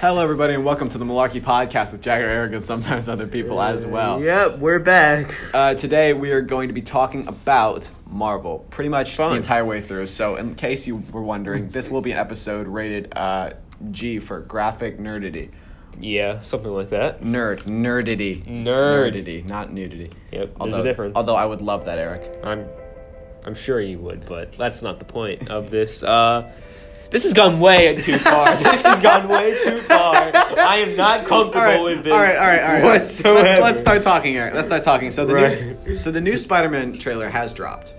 Hello, everybody, and welcome to the Malarkey Podcast with Jagger Eric and sometimes other people as well. Yep, we're back. Uh, today, we are going to be talking about Marvel pretty much the Fun. entire way through. So, in case you were wondering, this will be an episode rated uh, G for graphic nerdity. Yeah, something like that. Nerd, nerdity. Nerd. Nerdity, not nudity. Yep, there's a although, difference. Although I would love that, Eric. I'm I'm sure you would, but that's not the point of this. Uh this has gone way too far. this has gone way too far. I am not comfortable with this. Let's, let's, start talking, Eric. Let's start talking. So the new, Right. so the new Spider-Man trailer has dropped,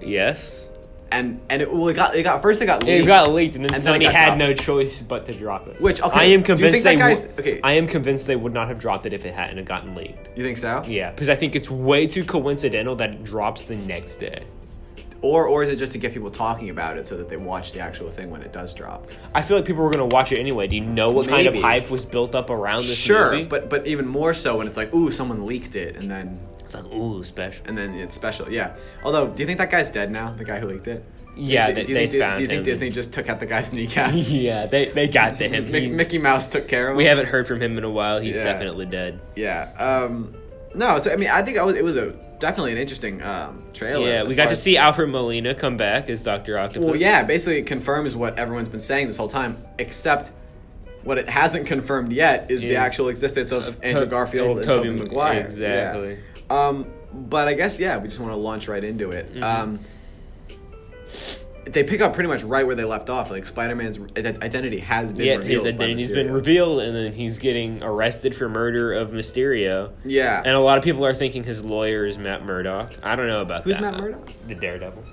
Yes. and and it well it got it got first it got leaked. It got leaked, and then And then it Sony got had no dropped. choice but to drop it. Which, okay, I am do you think convinced that they guy's- would, okay. I am convinced they would not have dropped it if it hadn't have gotten leaked. You think so? Yeah, because I think it's way too coincidental that it drops the next day. Or or is it just to get people talking about it so that they watch the actual thing when it does drop? I feel like people were gonna watch it anyway. Do you know what kind Maybe. of hype was built up around this sure, movie? but but even more so when it's like, ooh, someone leaked it, and then it's like ooh special. and then it's special. Yeah. Although, do you think that guy's dead now? The guy who leaked it. Yeah, Do, they- do you they think, do- found Do you think him. Disney just took out the guy's kneecaps? yeah, they they got to him. Mi- He- Mickey Mouse took care of him. we haven't heard from him in a while. He's Yeah. definitely dead. Yeah. Um, no. So I mean, I think I was, it was a definitely an interesting um, trailer. Yeah, as we got far to as- see Alfred Molina come back as Doctor Octopus. Well, yeah, basically it confirms what everyone's been saying this whole time, except what it hasn't confirmed yet is, the Is- actual existence of of Andrew To- Garfield and, and Tobey Tobey Mag- Maguire. Yeah. exactly. Um, but I guess yeah, we just want to launch right into it. Mm-hmm. Um, they pick up pretty much right where they left off. Like Spider-Man's i- identity has been yeah, revealed. his by identity's Mysterio. been revealed, and then he's getting arrested for murder of Mysterio. Yeah. And a lot of people are thinking his lawyer is Matt Murdock. I don't know about Who's that. Matt Murdock? The Daredevil.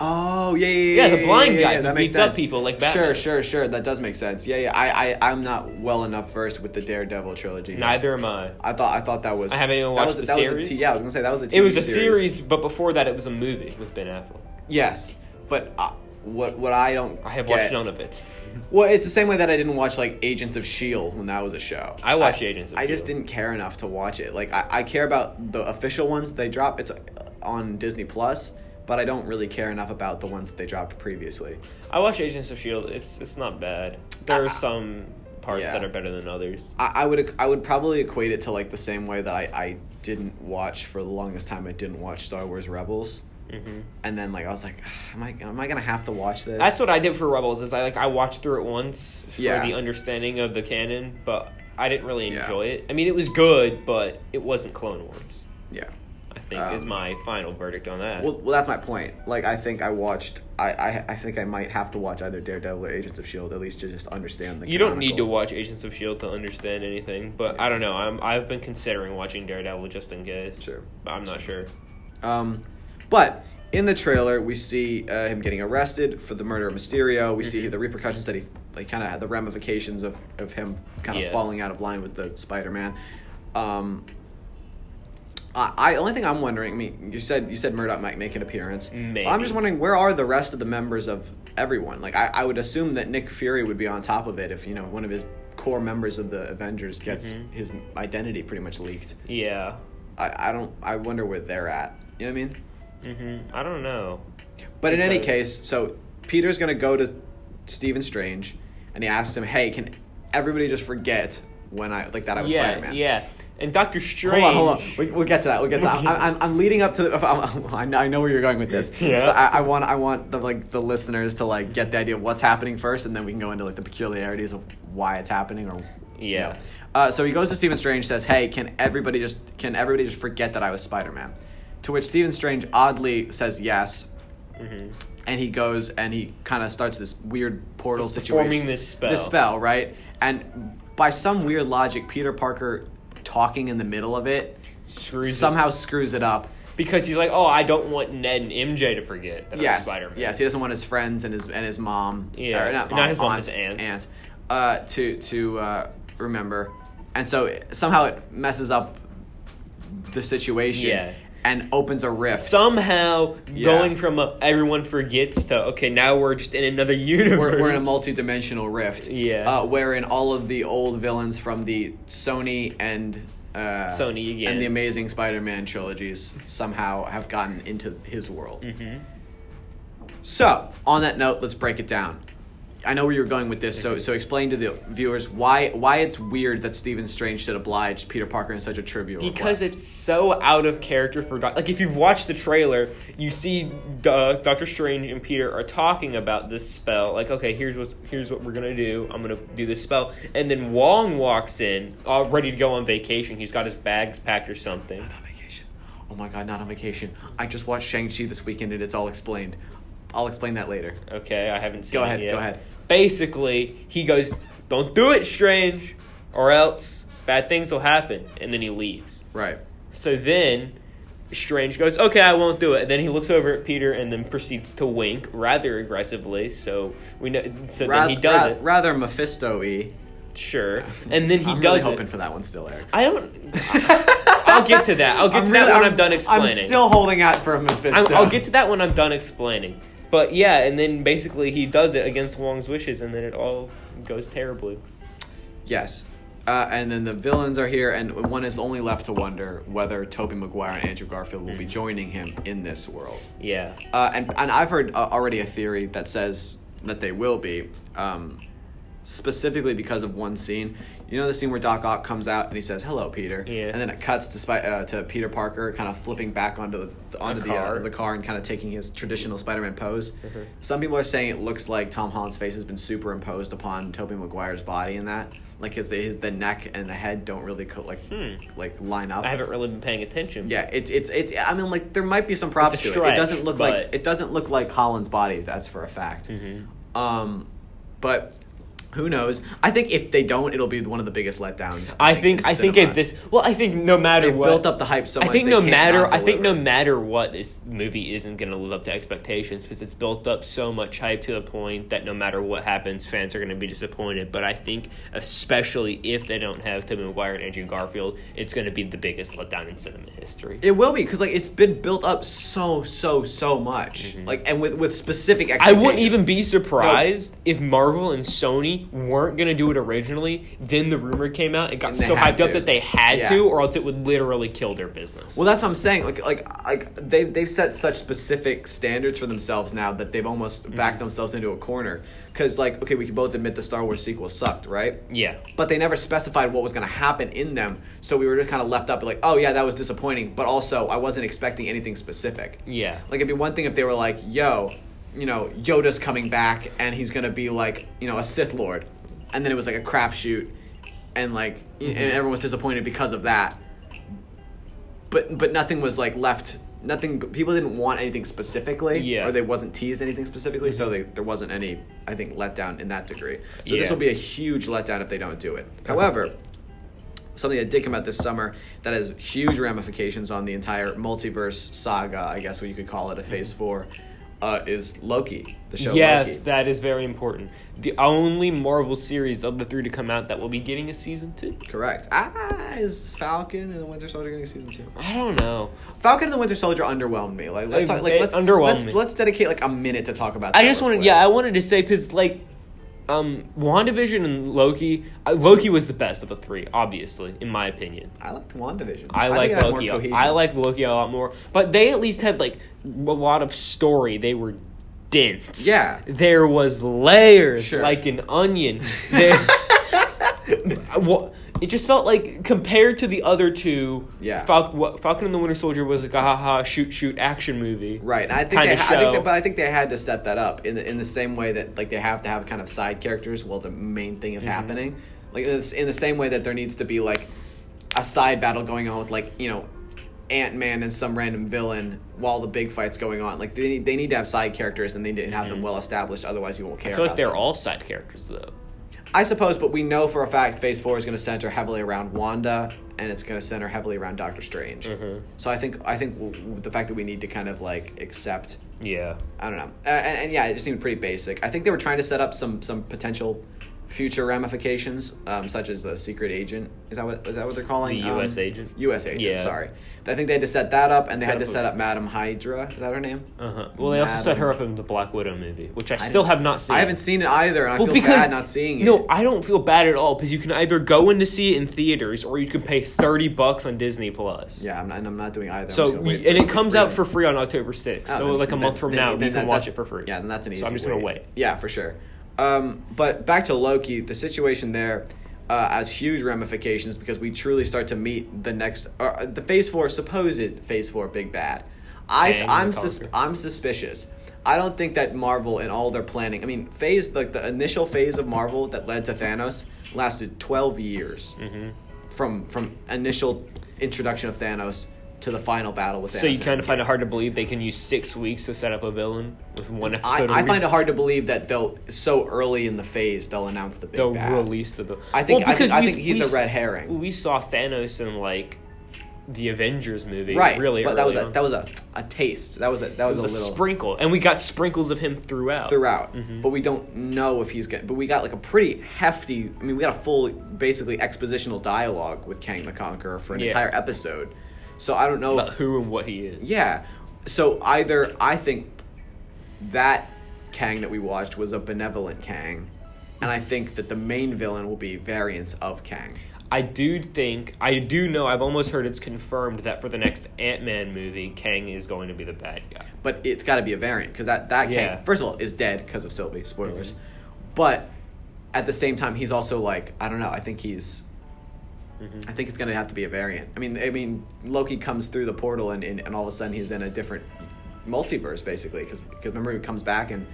Oh yeah, yeah, yeah. uh, Yeah, the blind yeah, guy yeah, who that makes beats up sense. people like Batman. Sure, sure, sure. That does make sense. Yeah, yeah. I, I, I'm not well enough versed with the Daredevil trilogy. Neither am I. I thought, I thought that was. I haven't even that watched was, the that Was series. a t- yeah, I was gonna say that was a. TV It was a series, but before that, it was a movie with Ben Affleck. Yes, but uh, what what I don't. I have get- watched none of it. Well, it's the same way that I didn't watch like Agents of Shield E when that was a show. I E watched Agents of I just S.H.I.E.L.D.. didn't care enough to watch it. Like I, I care about the official ones they drop. It's uh, on Disney Plus, but I don't really care enough about the ones that they dropped previously. I watched Agents of Shield. It's it's not bad. There are some parts Yeah. that are better than others. I, I would I would probably equate it to like the same way that I, I didn't watch for the longest time. I didn't watch Star Wars Rebels, hmm and then like I was like, "Ah, am I am I gonna have to watch this? That's what I did for Rebels. Is I like I watched through it once for Yeah. the understanding of the canon, but I didn't really Yeah. enjoy it. I mean, it was good, but it wasn't Clone Wars. yeah. I think is Um, my final verdict on that. Well, well, that's my point. Like, I think I watched. I, I, I think I might have to watch either Daredevil or Agents of Shield E at least to just understand the. you don't need to canonical- watch Agents of Shield E to understand anything, but I don't know. I'm I've been considering watching Daredevil just in case. Sure. but I'm not sure. Um, but in the trailer, we see uh, him getting arrested for the murder of Mysterio. We Mm-hmm. see the repercussions that he, like, kind of had the ramifications of of him kind of Yes. falling out of line with the Spider Man. Um, I, I only thing I'm wondering. I mean, you said you said Murdoch might make an appearance. Maybe. I'm just wondering where are the rest of the members of everyone? Like, I, I would assume that Nick Fury would be on top of it if you know one of his core members of the Avengers gets Mm-hmm. his identity pretty much leaked. Yeah. I, I don't. I wonder where they're at. You know what I mean? hmm I don't know. But in any Because- case, so Peter's gonna go to Stephen Strange, and he asks him, "Hey, can everybody just forget when I like that I was yeah, Spider Man?" yeah. And Doctor Hold Strange. on, hold on. We, we'll get to that. We'll get to that. I, I'm, I'm leading up to. The, I'm, I'm- I know- I know where you're going with this. Yeah. So I, I want, I want the like the listeners to like get the idea of what's happening first, and then we can go into like the peculiarities of why it's happening or. you know. Yeah. Uh, so he goes to Stephen Strange, says, "Hey, can everybody just can everybody just forget that I was Spider Man?" To which Stephen Strange oddly says yes, Mhm. and he goes and he kind of starts this weird portal Starts situation. performing this spell. This spell, right? And by some weird logic, Peter Parker talking in the middle of it Screws it. somehow screws it up. because he's like, oh, I don't want Ned and MJ to forget that yes, I'm Spider-Man. yes, he doesn't want his friends and his and his mom. Yeah, or not his mom, his aunt. aunt, uh, to to uh, remember, and so it- somehow it messes up the situation. Yeah. And opens a rift. Somehow Yeah. going from a, everyone forgets to okay, now we're just in another universe. we're, we're in a multi-dimensional rift. Yeah. Uh, wherein all of the old villains from the Sony and uh, Sony again. and the Amazing Spider-Man trilogies somehow have gotten into his world. Mhm. So, on that note, let's break it down. I know where you're going with this, so so explain to the viewers why why it's weird that Stephen Strange should oblige Peter Parker in such a trivial request. because it's so out of character for Doc- like if you've watched the trailer you see uh, Doctor Strange and Peter are talking about this spell like okay here's what's here's what we're gonna do I'm gonna do this spell and then Wong walks in all ready to go on vacation he's got his bags packed or something not on vacation. Oh my god, not on vacation. I just watched Shang Chi this weekend and it's all explained. I'll explain that later. okay I haven't seen Go it ahead, yet. go ahead. basically he goes don't do it Strange or else bad things will happen and then he leaves Right. So then Strange goes, "Okay, I won't do it." And then he looks over at Peter and then proceeds to wink rather aggressively. So we know. So then he does ra- it. rather Mephisto-y. sure. And then he I'm does really hoping it. for that one still, Eric. I don't. I'll get to that. I'll get to that when I'm, done explaining. I'm still holding out for a I'm- Mephisto. I'll get to that when I'm done explaining. But yeah, and then basically he does it against Wong's wishes, and then it all goes terribly. Yes. Uh, and then the villains are here, and one is only left to wonder whether Toby Maguire and Andrew Garfield will be Hmm. joining him in this world. Yeah. Uh, and and I've heard uh, already a theory that says that they will be, um, specifically because of one scene. You know the scene where Doc Ock comes out and he says "Hello, Peter," Yeah. and then it cuts to Spi- uh, to Peter Parker kind of flipping back onto the onto the car. Mm-hmm. Uh, the car and kind of taking his traditional Spider-Man pose. Some people are saying it looks like Tom Holland's face has been superimposed upon Tobey Maguire's body in that, like his, his the neck and the head don't really co- like like line up. Hmm. I haven't really been paying attention. Yeah, it's it's it's. I mean, like there might be some props It's a to it. It stretch, doesn't look like but- Mm-hmm. it doesn't look like Holland's body. That's for a fact. Um, but who knows? I think if they don't, it'll be one of the biggest letdowns. I think. in I think cinema. at this. Well, I think no matter they what, built up the hype so I much. think they no can't matter not I think no deliver. matter what this movie isn't going to live up to expectations because it's built up so much hype to the point that no matter what happens fans are going to be disappointed but I think especially if they don't have Tobey Maguire and Andrew Garfield it's going to be the biggest letdown in cinema history. It will be because like it's been built up so so so much. Like and with with specific. Mm-hmm. I Expectations. wouldn't even be surprised if Marvel and Sony weren't going to do it originally then the rumor came out it got And they so had hyped up to. that they had Yeah. to or else it would literally kill their business. Well, that's what I'm saying. Like, like, like they've they've set such specific standards for themselves now that they've almost backed themselves into a corner. Because, like, okay, we can both admit the Star Wars sequel sucked, right? yeah. But they never specified what was going to happen in them, so we were just kind of left up like, oh yeah, that was disappointing. But also, I wasn't expecting anything specific. Yeah. Like it'd be one thing if they were like, yo, you know, Yoda's coming back and he's gonna be like, you know, a Sith Lord. And then it was like a crapshoot and like y- Mm-hmm. and everyone was disappointed because of that. But but nothing was like left nothing people didn't want anything specifically. Yeah. Mm-hmm. Or they wasn't teased anything specifically, so they, there wasn't any, I think, letdown in that degree. So this Yeah. will be a huge letdown if they don't do it. However, something that did come out this summer that has huge ramifications on the entire multiverse saga, I guess what you could call it, a phase four, uh, is Loki, the show yes, Loki. that is very important. The only Marvel series of the three to come out that will be getting a season two. Correct. Ah, is Falcon and the Winter Soldier going to season two? I don't know. Falcon and the Winter Soldier underwhelmed me. Like let's It- talk, like it let's underwhelmed let's, me. let's dedicate like a minute to talk about. I that just real wanted, quick. yeah, I wanted to say because like, um, WandaVision and Loki, uh, Loki was the best of the three, obviously, in my opinion. I liked Wandavision. I, think like it had more Loki. a- cohesion. I like Loki a lot more, but they at least had like a lot of story. They were dense. Yeah. there was layers Sure. like an onion. There, Well, it just felt like compared to the other two. Yeah. Fal- what- Falcon and the Winter Soldier was like a ha ha shoot shoot action movie. Right, and I think, kinda they, I think show. that, but I think they had to set that up in the, in the same way that like they have to have kind of side characters while the main thing is Mm-hmm. happening. Like it's in the same way that there needs to be like a side battle going on with like you know Ant Man and some random villain while the big fight's going on. Like they need, they need to have side characters and they need to have them well established. Otherwise, you won't care. Mm-hmm. I feel like about they're them. all side characters though. I suppose, but we know for a fact Phase Four is going to center heavily around Wanda, and it's going to center heavily around Doctor Strange. Mm-hmm. So I think I think w- w- the fact that we need to kind of like accept Yeah. I don't know. Uh, and, and yeah, it just seemed pretty basic. I think they were trying to set up some some potential future ramifications, um, such as the secret agent. Is that what is that what they're calling The Um, US agent? U.S. agent. Yeah. Sorry, I think they had to set that up, and they Set had to up a- set up Madame Hydra. Is that her name? Uh huh. Well, they also set Madam- her up in the Black Widow movie, which I, still have not seen. I haven't seen it either, and I feel bad not seeing it. No, I don't feel bad at all because you can either go in to see it in theaters or you can pay thirty bucks on Disney Plus. yeah, I'm not, and I'm not doing either. I'm just So gonna we, wait for and to it be comes free. out for free on October sixth. Oh, so then- like a then- month from then- now, then you can that- watch that- it for free. Yeah, then that's an easy. I'm just gonna wait. Yeah, for sure. Um, but back to Loki, the situation there uh, has huge ramifications because we truly start to meet the next, uh, the Phase Four supposed Phase Four big bad. I Kang I'm the sus- Conqueror. I'm suspicious. I don't think that Marvel and all their planning. I mean, phase like the initial phase of Marvel that led to Thanos lasted twelve years Mm-hmm. from from initial introduction of Thanos to the final battle with Thanos. So you in kind of find Endgame. it hard to believe they can use six weeks to set up a villain with one I, episode. I find it hard to believe that they'll so early in the phase they'll announce the big they'll bad. release the villain. I think- I because think- I we- think he's we- a red herring. We saw Thanos in like the Avengers movie, right, Really, but that was early a on. that was a, a taste. That was a that It was, was a a little sprinkle, and we got sprinkles of him throughout. throughout. Mm-hmm. But we don't know if he's going. But we got like a pretty hefty. I mean, we got a full, basically expositional dialogue with Kang the Conqueror for an Yeah. entire episode. So I don't know. About If, who and what he is. yeah. So either I think that Kang that we watched was a benevolent Kang, and I think that the main villain will be variants of Kang. I do think I do know. I've almost heard it's confirmed that for the next Ant Man movie, Kang is going to be the bad guy. but it's got to be a variant because that that Yeah. Mm-hmm. Kang, first of all is dead because of Sylvie spoilers, but at the same time he's also like I don't know I think he's Mm-hmm. I think it's gonna have to be a variant. I mean I mean Loki comes through the portal and and, and all of a sudden he's in a different multiverse basically because remember he comes back and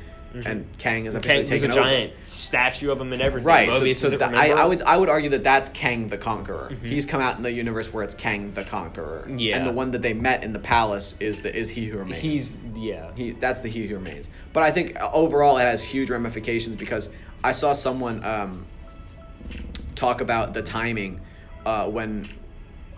and Kang is officially Mm-hmm. Kang, there's a taken over. giant statue of him and everything. Right, so, Mobius so doesn't that- I, remember. Mm-hmm. I would I would argue that that's Kang the Conqueror. He's come out in the universe where it's Kang the Conqueror, Yeah. and the one that they met in the palace is the is he who remains. He's yeah. He that's the he who remains. But I think uh, overall it has huge ramifications because I saw someone um, talk about the timing uh, when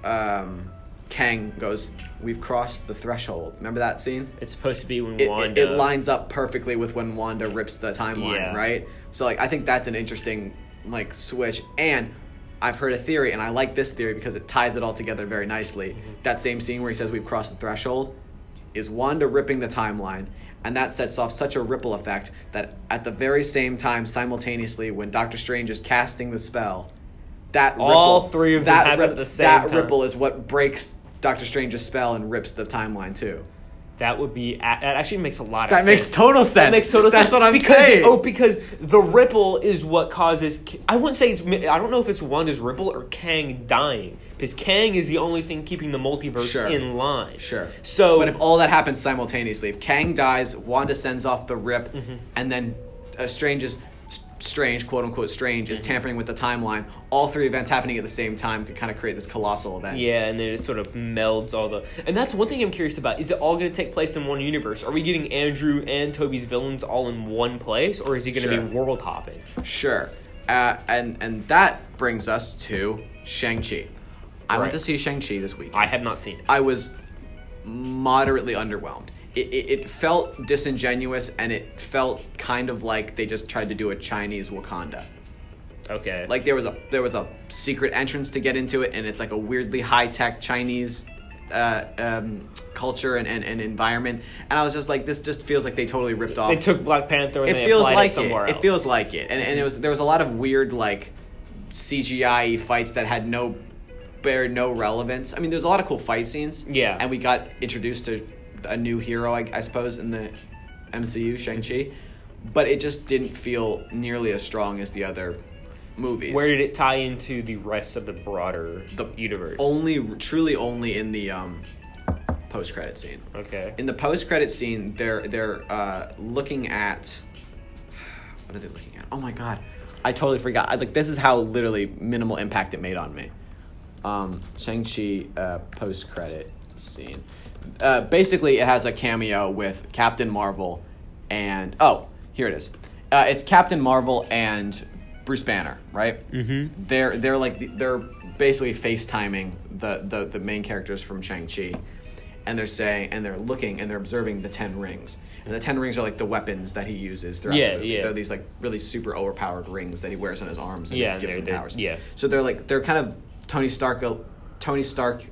um, Kang goes, "We've crossed the threshold." Remember that scene? It's supposed to be when It, it, Wanda. it lines up perfectly with when Wanda rips the timeline, Yeah. right? So like I think that's an interesting like switch and. I've heard a theory, and I like this theory because it ties it all together very nicely. Mm-hmm. That same scene where he says we've crossed the threshold, is Wanda ripping the timeline, and that sets off such a ripple effect that at the very same time, simultaneously, when Doctor Strange is casting the spell, that All ripple, three of them that happen rip- at the same that time. ripple is what breaks Doctor Strange's spell and rips the timeline too. That would be. a- That actually makes a lot of That sense. makes total sense. That makes total That's sense. what I'm because, saying. Oh, because the ripple is what causes. K- I wouldn't say it's. mi- I don't know if it's Wanda's ripple or Kang dying. Because Kang is the only thing keeping the multiverse Sure. in line. Sure. So. but if all that happens simultaneously, if Kang dies, Wanda sends off the rip, Mm-hmm. and then uh, Strange is S- Strange, quote unquote Strange, Mm-hmm. is tampering with the timeline. All three events happening at the same time could kind of create this colossal event. yeah, and then it sort of melds all the. And that's one thing I'm curious about. Is it all going to take place in one universe? Are we getting Andrew and Toby's villains all in one place? Or is he going to Sure. be world hopping? Sure. Uh, and and that brings us to Shang Chi. I Right. went to see Shang Chi this week. I have not seen it. I was moderately underwhelmed. It, it, it felt disingenuous, and it felt kind of like they just tried to do a Chinese Wakanda. okay. Like there was a there was a secret entrance to get into it, and it's like a weirdly high tech Chinese uh, um, culture and, and, and environment. And I was just like, this just feels like they totally ripped off They took Black Panther and it they feels applied like it somewhere it. else. It feels like it, and and it was there was a lot of weird like CGI fights that had no bear no relevance. I mean, there's a lot of cool fight scenes. Yeah. and we got introduced to a new hero, I, I suppose, in the MCU Shang Chi, but it just didn't feel nearly as strong as the other movies. Where did it tie into the rest of the broader The universe? only truly only in the um, post credit scene. okay. In the post credit scene, they're they're uh, looking at what are they looking at? Oh my god, I totally forgot. I, like this is how literally minimal impact it made on me. Um, Shang Chi uh, post credit scene. Uh, basically, it has a cameo with Captain Marvel and oh, here it is. Uh, it's Captain Marvel and Bruce Banner, right? Mm-hmm. They're they're like the- they're basically FaceTiming the the the main characters from Shang Chi, and they're saying and they're looking and they're observing the Ten Rings, and the Ten Rings are like the weapons that he uses throughout Yeah, the movie. yeah. They're these like really super overpowered rings that he wears on his arms and Yeah, yeah, gives they're- him they're- powers. yeah. So they're like they're kind of Tony Stark uh, Tony Stark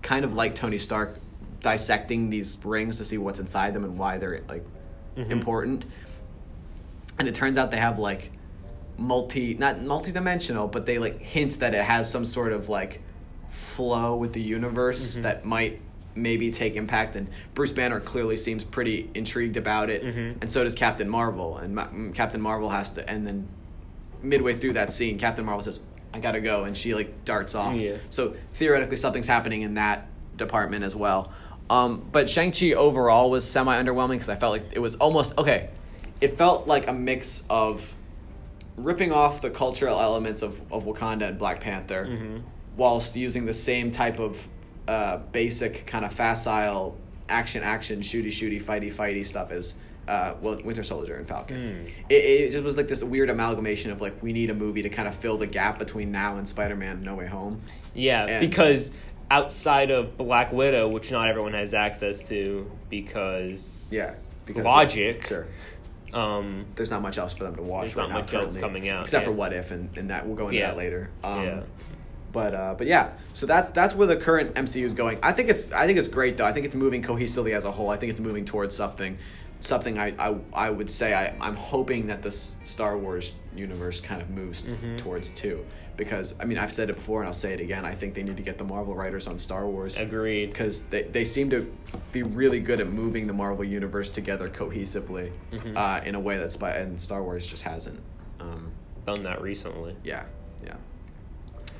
kind of like Tony Stark dissecting these rings to see what's inside them and why they're like Mm-hmm. important. And it turns out they have like multi not multi-dimensional, but they like hint that it has some sort of like flow with the universe that might maybe take impact. And Bruce Banner clearly seems pretty intrigued about it, Mhm. and so does Captain Marvel. And Ma- mm, Captain Marvel has to, and then midway through that scene, Captain Marvel says, "I gotta go," and she like darts off. Yeah. So theoretically, something's happening in that department as well. Um, but Shang Chi overall was semi underwhelming because I felt like it was almost okay. It felt like a mix of ripping off the cultural elements of, of Wakanda and Black Panther, whilst using the same type of uh, basic kind of facile action, action, shooty, shooty, fighty, fighty stuff as uh, Wil- Winter Soldier and Falcon. Mm. It, it just was like this weird amalgamation of like we need a movie to kind of fill the gap between now and Spider Man No Way Home. Yeah, And- because outside of Black Widow, which not everyone has access to, because Yeah, because- logic. Sure. Um, There's not much else for them to watch. There's not right now much else currently, coming out, except yeah. for What If, and, and that we'll go into Yeah. that later. Um, yeah, But uh, but yeah, so that's that's where the current MCU is going. I think it's I think it's great though. I think it's moving cohesively as a whole. I think it's moving towards something, something I I, I would say I I'm hoping that the S- Star Wars universe kind of moves Mm-hmm. towards too. Because I mean I've said it before and I'll say it again. I think they need to get the Marvel writers on Star Wars agreed. because they, they seem to be really good at moving the Marvel universe together cohesively Mm-hmm. uh, in a way that's by and Star Wars just hasn't. Um, Done that recently. yeah, yeah.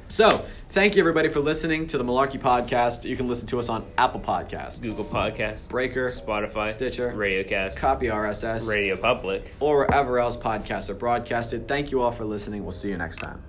So, thank you everybody for listening to the Malarkey Podcast. You can listen to us on Apple Podcast, Google Podcast, Breaker, Spotify, Stitcher, RadioCast, Copy RSS, Radio Public. or wherever else podcasts are broadcasted. Thank you all for listening. We'll see you next time.